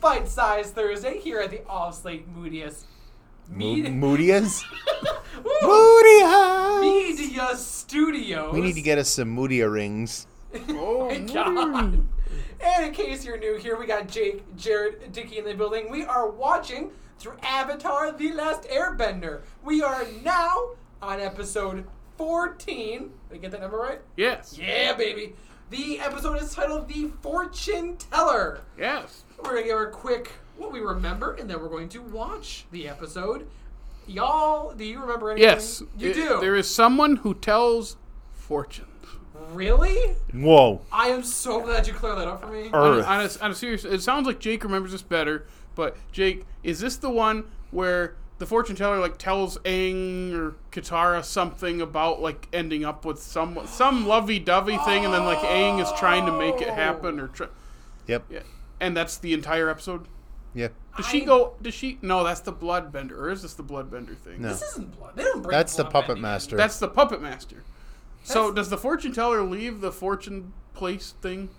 Bite Size Thursday here at the All Slate Moodiest. Media, Moodias? Ooh, Moodias! media Studios. We need to get us some Moodia rings. Oh my Mm. god. And in case you're new here, we got Jake, Jared, Dickey in the building. We are watching through Avatar The Last Airbender. We are now on episode 14. Did I get that number right? Yes. Yeah, baby. The episode is titled The Fortune Teller. Yes. We're going to give her a quick what we remember, and then we're going to watch the episode. Y'all, do you remember anything? Yes. You It- do? There is someone who tells fortunes. really? Whoa. I am so glad you cleared that up for me. On, Earth. on a, on a serious, it sounds like Jake remembers this better. But Jake, is this the one where the fortune teller like tells Aang or Katara something about like ending up with some some lovey dovey thing, and then like Aang is trying to make it happen or, tr- Yep. yeah. and that's the entire episode. Yep. Does she I- go? Does she? No, that's the bloodbender. Or is this the bloodbender thing? No. This isn't blood. They don't bring That's the blood puppet bending in. master. That's the puppet master. So That's- does the fortune teller leave the fortune place thing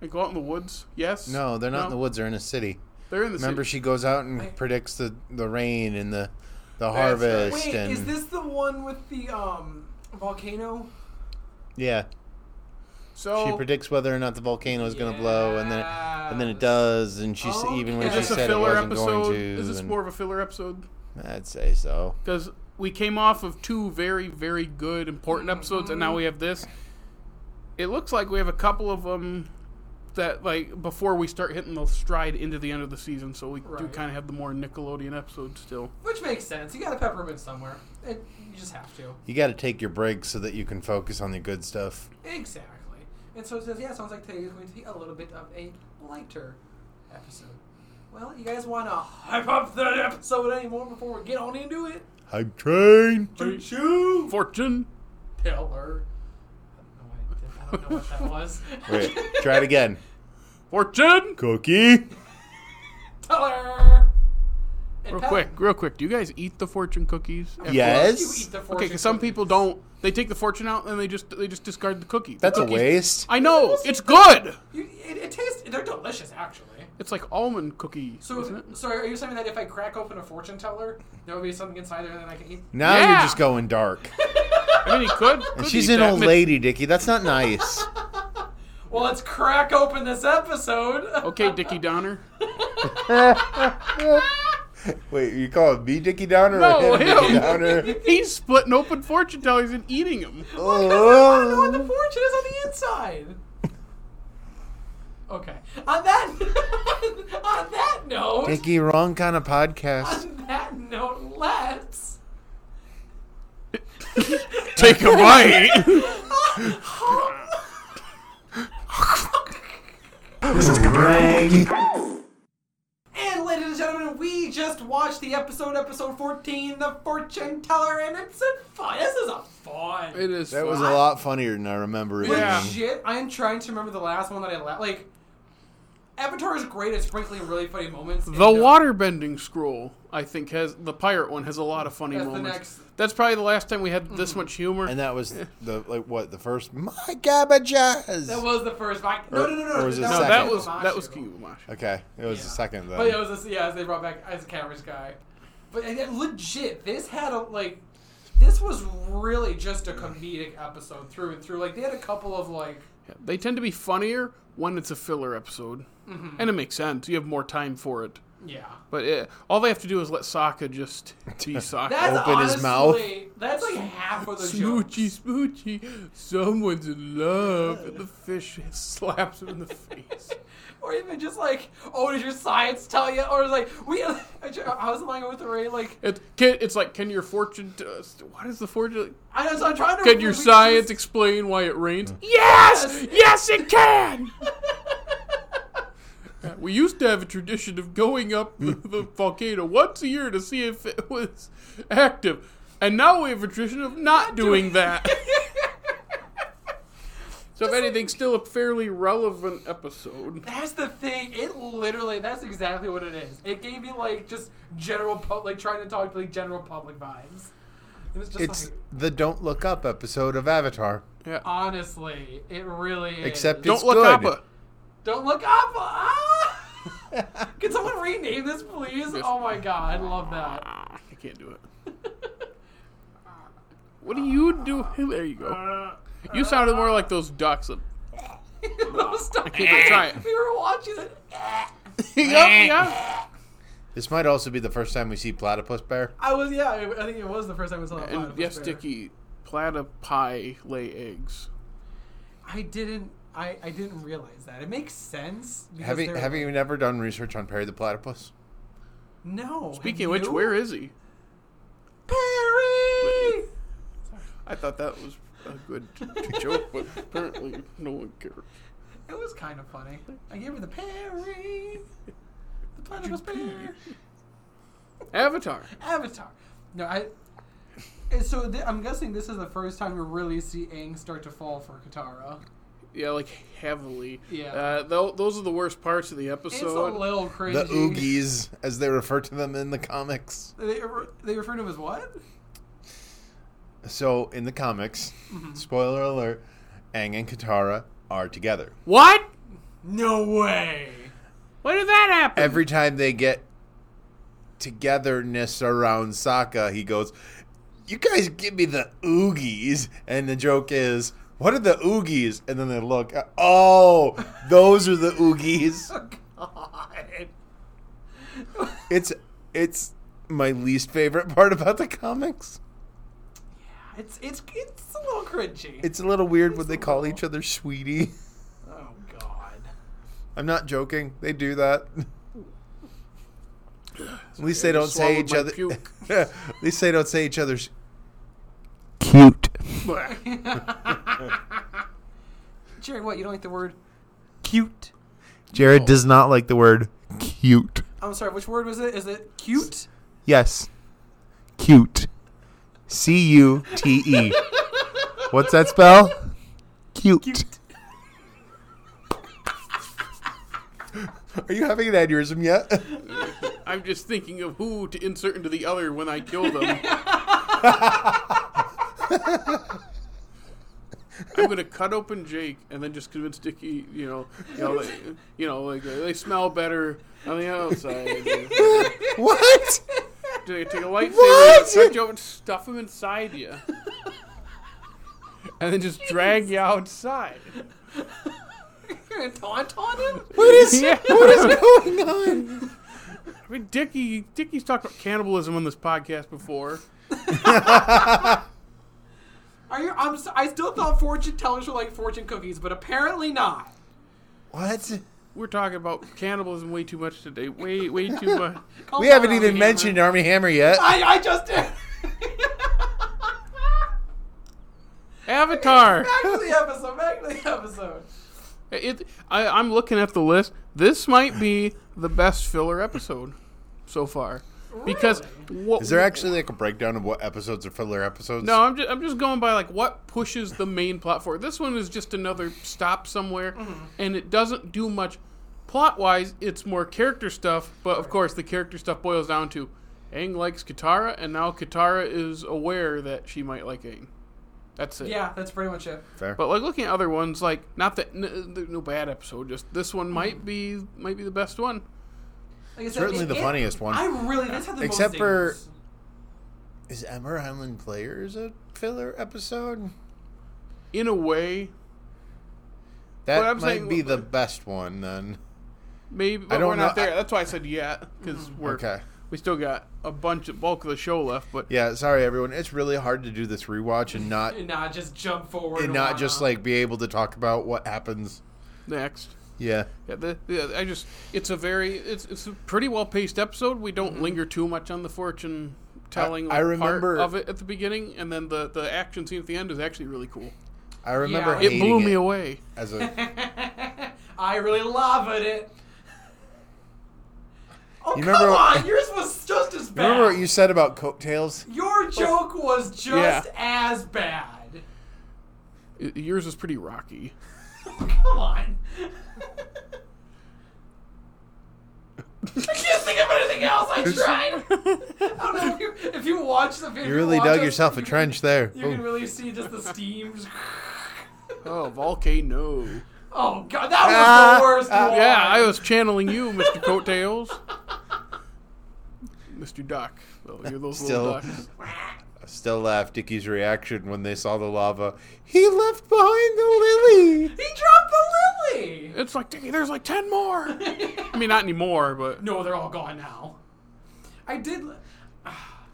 and go out in the woods? Yes. no, they're not in the woods. They're in a city. They're in the Remember, city. she goes out and Wait. predicts the, the rain and the, the right. harvest. Wait, and is this the one with the um volcano? Yeah. so She predicts whether or not the volcano is going to blow, and then it, and then it does. And she s even when Okay. Is she this a said it filler wasn't episode? going to, Is this and- more of a filler episode? I'd say so. Because we came off of two very, very good, important episodes, and now we have this. It looks like we have a couple of them that, like, before we start hitting the stride into the end of the season, so we do Right. kind of have the more Nickelodeon episodes still. Which makes sense. You got to peppermint somewhere. It, you just have to. You got to take your breaks so that you can focus on the good stuff. Exactly. And so it says, yeah, sounds like today is going to be a little bit of a lighter episode. Well, you guys want to hype up that episode anymore before we get on into it? Hype train. Choo Fortune! pillar. I don't know what I did- I don't know what that was. Wait, try it again. Fortune! Cookie. Teller. And Real Pep- quick, real quick. Do you guys eat the fortune cookies? Of course Yes. You eat the Okay, fortune because some people cookies. don't. They take the fortune out and they just they just discard the cookie. The That's a cookies- waste. I know it's good. You, it, it tastes. They're delicious, actually. It's like almond cookie, isn't So, it? so are you saying that if I crack open a fortune teller, there will be something inside there that I can eat? Now Yeah. you're just going dark. I mean, he could. And could she's eat an that. old lady, Dickie. That's not nice. Well, let's crack open this episode. Okay, Dickie Donner. Wait, you call it me Dickie Downer No, or him, Dickie him. Downer? He's splitting open fortune tellers and eating them. I don't know what the oh. fortune is on the inside. Okay. On that, on that note, Dickie, wrong kind of podcast. on that note, let's Take a bite. And ladies and gentlemen, we just watched the episode, episode 14, The Fortune Teller, and it's a fun. This is a fun. it is. That fun. was a lot funnier than I remember it Yeah. being. Legit, I am trying to remember the last one that I la- like. Avatar is great at sprinkling really funny moments. The waterbending scroll, I think, has the pirate one has a lot of funny That's the moments. next- That's probably the last time we had this much humor. And that was the like what the first my cabbages. That was the first. Vi- no, Or- no, no, no. or was it no, second. that was Kamashi. that was Kiyumashi. okay. It was Yeah. the second though. But yeah, it was this, yeah, as they brought back as a cameras guy. But and, and legit, this had a like, this was really just a comedic episode through and through. Like they had a couple of like. Yeah, They tend to be funnier when it's a filler episode, Mm-hmm. and it makes sense. You have more time for it. Yeah. But eh, all they have to do is let Sokka just be Sokka. That's Open his mouth. honestly- That's like half of the Smoochy, jokes. smoochy, someone's in love, and the fish slaps him in the face. Or even just like, oh, did your science tell you? Or like, we. I was lying with the Ray. Like, It, can, it's like, can your fortune? T- what is the fortune? I was I'm trying to. Can your we just- science explain why it rains? Yes, yes, it can. Uh, we used to have a tradition of going up the, the volcano once a year to see if it was active, and now we have a tradition of not doing that. so, if anything, still a fairly relevant episode. That's the thing. It literally. That's exactly what it is. It gave me like just general public, like trying to talk to like general public vibes. It was just it's like, the Don't Look Up episode of Avatar. Yeah. honestly, it really is. Except don't, it's Don't look good. up. don't look up. Ah! Can someone rename this, please? Yes. Oh my god, I love that. Ah, I can't do it. What do you do? There you go. You sounded more like those ducks. that- Stop. can't try it. We were watching it. Yup, yup. This might also be the first time we see platypus bear. I was, yeah, I, I think it was the first time I saw that. And yes, Dicky, platypi lay eggs. I didn't. I, I didn't realize that. It makes sense. because Have you they're- have you never done research on Perry the platypus? No. have Speaking of which, you? where is he? Perry? I thought that was a good joke, but apparently no one cared. It was kind of funny. I gave her the Perry. The platypus bear. Avatar. Avatar. No, I. and So th- I'm guessing this is the first time we really see Aang start to fall for Katara. Yeah, like heavily. Yeah. Uh, tho- those are the worst parts of the It's episode. a little crazy. The oogies, as they refer to them in the comics. They, they refer to him as what? So in the comics, spoiler alert, Aang and Katara are together. what? No way. When did that happen? Every time they get togetherness around Sokka, he goes, "You guys give me the oogies," and the joke is. What are the oogies? And then they look. Oh, those are the oogies. Oh, God. It's it's my least favorite part about the comics. It's it's it's a little cringy. It's a little weird when they call each other sweetie. oh God. I'm not joking. They do that. At least they I don't just say swallowed each my other. puke. At least they don't say each other's cute. Jerry, what you don't like the word cute? Jared does not like the word cute. I'm sorry. Which word was it? Is it cute? Yes, cute. C U T E. What's that spell? Cute. Are you having an aneurysm yet? I'm just thinking of who to insert into the other when I kill them. I'm gonna cut open Jake and then just convince Dickie, you know, you know, like, you know, like uh, they smell better on the outside. what? Do take a lightsaber, What? stretch over, and stuff him inside you, and then just drag you outside. You're gonna taunt on him? What is Yeah. what is going on? I mean, Dickie, Dickie's talked about cannibalism on this podcast before. Are you? I'm. s- I still thought fortune tellers were like fortune cookies, but apparently not. What? We're talking about cannibalism way too much today. Way, way too much. Calm We down, haven't Army even Hammer. mentioned Army Hammer yet. I I just did. Avatar. back to the episode. Back to the episode. It. I, I'm looking at the list. This might be the best filler episode so far because what Is there actually like a breakdown of what episodes are filler episodes? No, I'm just, I'm just going by like what pushes the main plot forward. This one is just another stop somewhere, and it doesn't do much plot wise. It's more character stuff, but of course the character stuff boils down to Aang likes Katara, and now Katara is aware that she might like Aang. That's it. Yeah, that's pretty much it. Fair. But like looking at other ones, like not that n- there's no bad episode, just this one might be might be the best one. Like I said, Certainly it- the it- funniest one. I really. That's how the Except most for- zingers. Is Ember Island Players a filler episode? In a way, That But I'm might saying- be the best one then. maybe but don't we're not know, I- there. That's why I said yeah, because we're Okay. we still got a bunch of bulk of the show left, but Yeah, sorry everyone. It's really hard to do this rewatch and not And not just jump forward. and a not lot just on. like be able to talk about what happens. next. Yeah. Yeah, the, the, I just it's a very it's it's a pretty well paced episode. We don't linger too much on the fortune telling Mm-hmm. I- I like, part remember- of it at the beginning, and then the the action scene at the end is actually really cool. I remember Yeah. It hating blew me it away. as a I really loved it. Oh You come remember- on! Yours was just as bad. Remember what you said about coattails? Your joke was just Yeah. as bad. Y- Yours is pretty rocky. Come on. I can't think of anything else. I tried. I don't know if you, if you watch the video. You really watch dug us, yourself a you can- trench there. You can Boom. really see just the steam. Oh, volcano! Oh god, that was Ah, the worst ah. one. Yeah, I was channeling you, Mr. Coattails. Mr. Duck. Well, you're those little Still, ducks. I still laugh. Dickie's reaction when they saw the lava. He left behind the lily. He dropped the lily. It's like, Dickie, there's like 10 more. I mean, not anymore, but. No, they're all gone now. I did.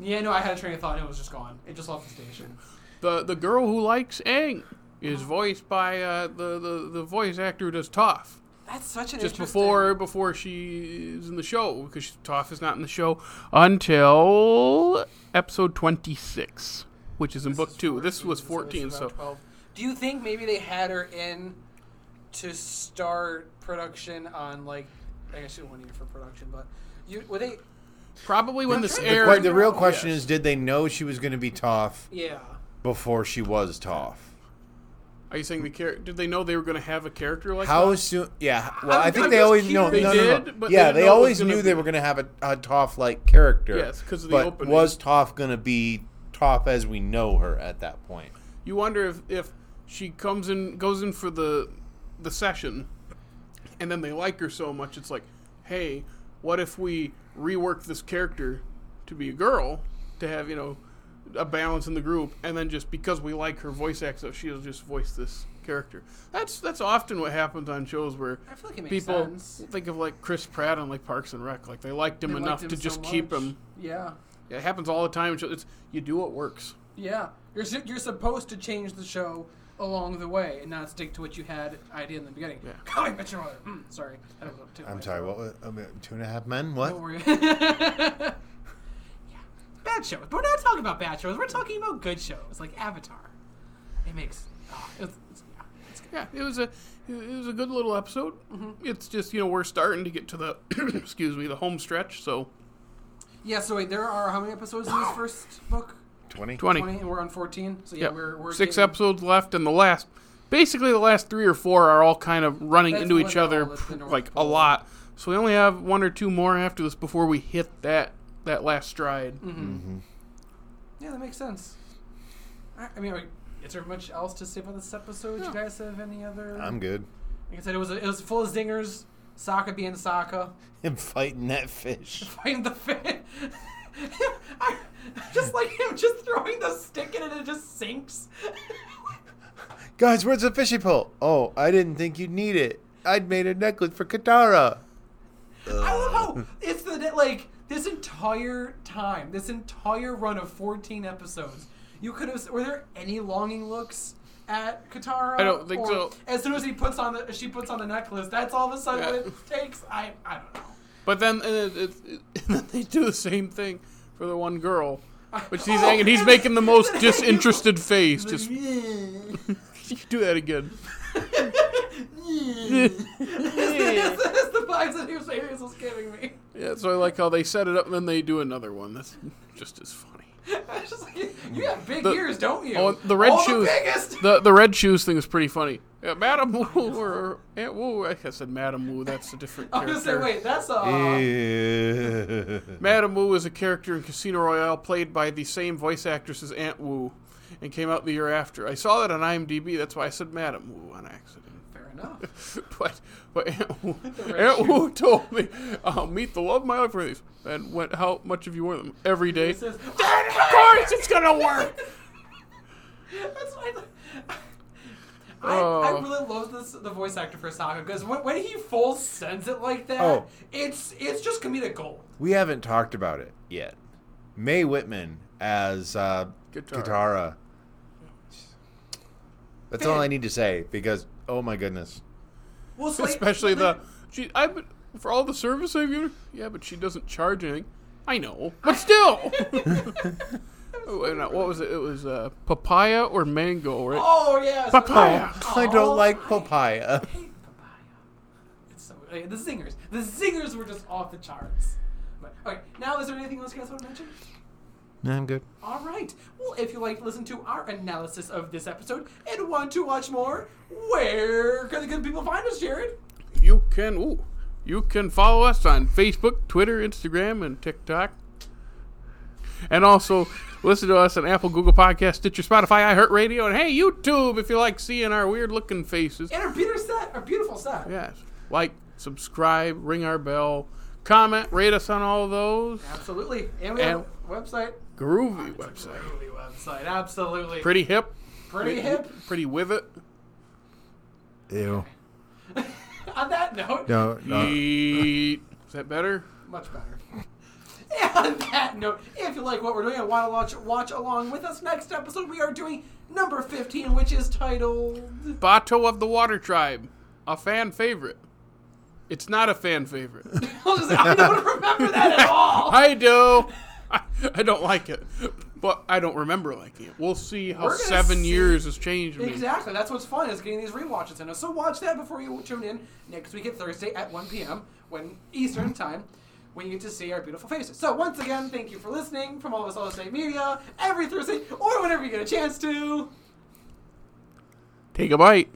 yeah, no, I had a train of thought and it was just gone. It just left the station. The the girl who likes Aang Oh. is voiced by uh, the, the, the voice actor who does Toph. That's such an Just interesting- before before she's in the show, because she- Toph is not in the show until episode 26, which is in book two. This was 14, so. Do you think maybe they had her in to start production on like? I guess she wasn't here for production, but you were they? Probably when this The The, aired. que- the real question Yes. is, did they know she was going to be Toph Yeah. before she was Toph? Are you saying the character? Did they know they were going to have a character like How that? soon? Yeah. Well, I'm- I think I'm they just always no, curious. no, They no, no. did, but they yeah, didn't they know it was always gonna knew be- they were going to have a, a Toph-like character. Yes, 'cause of the but opening. was Toph going to be Toph as we know her at that point? You wonder if, if she comes in, goes in for the the session, and then they like her so much, it's like, hey, what if we rework this character to be a girl to have you know a balance in the group, and then just because we like her voice accent, she'll just voice this character. That's that's often what happens on shows where I feel like it makes people sense. think of like Chris Pratt on like Parks and Rec, like they liked him They liked enough him to so just keep much. him. Yeah. It happens all the time. It's, it's- you do what works. Yeah, you're su- you're supposed to change the show along the way and not stick to what you had idea in the beginning. Yeah. Coming, but your mother. Mm, sorry, I don't know. what to do. I'm sorry. What? Was, um, two and a half men? What? Don't worry. yeah, bad shows. But we're not talking about bad shows. We're talking about good shows like Avatar. It makes. Oh, it's, it's, yeah, it's good. Yeah, it was a it was a good little episode. Mm-hmm. It's just you know we're starting to get to the excuse me the home stretch. So Yeah. So wait, there are how many episodes in this first book? Twenty. twenty, Twenty, and we're on fourteen. So yeah, yeah, we're we're six getting- episodes left, and the last basically the last three or four are all kind of running That's into what each all other the- the North like a Pole. lot. So we only have one or two more after this before we hit that that last stride. Mm-hmm. Yeah, that makes sense. I, I mean, like, is there much else to say about this episode? Do you guys have any other? I'm good. Like I said, it was it was full of zingers. Sokka being Sokka, Him fighting that fish. fighting the fin. I, just like him, just throwing the stick in it and it just sinks. Guys, where's the fishing pole? Oh, I didn't think you'd need it. I'd made a necklace for Katara. I love how it's the like this entire time, this entire run of fourteen episodes. You could have. Were there any longing looks at Katara? I don't think Or so. As soon as he puts on the, she puts on the necklace. That's all of a sudden what Yeah. it takes. I I don't know. But then uh, it, it, then they do the same thing for the one girl. Which he's Oh, hanging, he's and- making the most and- disinterested face. Just do that again. That's that's the vibes that he was, he was giving me. Yeah, so I like how they set it up and then they do another one. That's just as funny. I was just like, you have big The- ears, don't you? Oh, the red All shoes. The biggest. The the red shoes thing is pretty funny. Yeah, Madam Wu or Aunt Wu. I guess I said Madam Wu. That's a different I'm gonna say, character. wait, that's uh, Madam Wu is a character in Casino Royale played by the same voice actress as Aunt Wu, and came out the year after. I saw that on IMDb. That's why I said Madam Wu on accident. fair enough. But but Aunt Wu, red Aunt Wu told me, "I'll meet the love of my life for these." And went, how much have you worn them every day? It says, Of course, it's gonna work. that's why. the- I, I Oh. really love this the voice actor for Sokka because when, when he full sends it like that, Oh. it's it's just comedic gold. we haven't talked about it yet. May Whitman as uh, Katara. Katara. That's all I need to say because, oh my goodness. Well, it's like- Especially the she. I but for all the service I've given. her- Yeah, but she doesn't charge anything. I know, but still. Oh, and, uh, what was it? It was uh, papaya or mango, right? Oh yeah, so- Papaya. I Oh, don't like I papaya. hate papaya. It's so uh, the zingers. The zingers were just off the charts. But, okay, now is there anything else you guys want to mention? No, I'm good. All right. Well, if you like to listen to our analysis of this episode and want to watch more, where can the people find us, Jared? You can. Ooh, you can follow us on Facebook, Twitter, Instagram, and TikTok. And also listen to us on Apple, Google Podcast, Stitcher, Spotify, iHeartRadio, and hey, YouTube if you like seeing our weird looking faces. And our beautiful set, our beautiful set. Yes. Like, subscribe, ring our bell, comment, rate us on all those. Absolutely. And we have a website. Groovy website. Groovy website. Absolutely. Pretty hip, Pretty hip. pretty with it. Ew. On that note, No, no. Yeet. Is that better? much better. And on that note, if you like what we're doing and want to watch, watch along with us next episode, we are doing number 15, which is titled. Bato of the Water Tribe, a fan favorite. It's not a fan favorite. I don't remember that at all. I do. I, I don't like it, but I don't remember liking it. We'll see how We're gonna seven see- years has changed me. Exactly. That's what's fun is getting these rewatches in us. So watch that before you tune in next week at Thursday at 1 p.m. when Eastern time. When you get to see our beautiful faces. So once again, thank you for listening from all of us all state media every Thursday or whenever you get a chance to. Take a bite.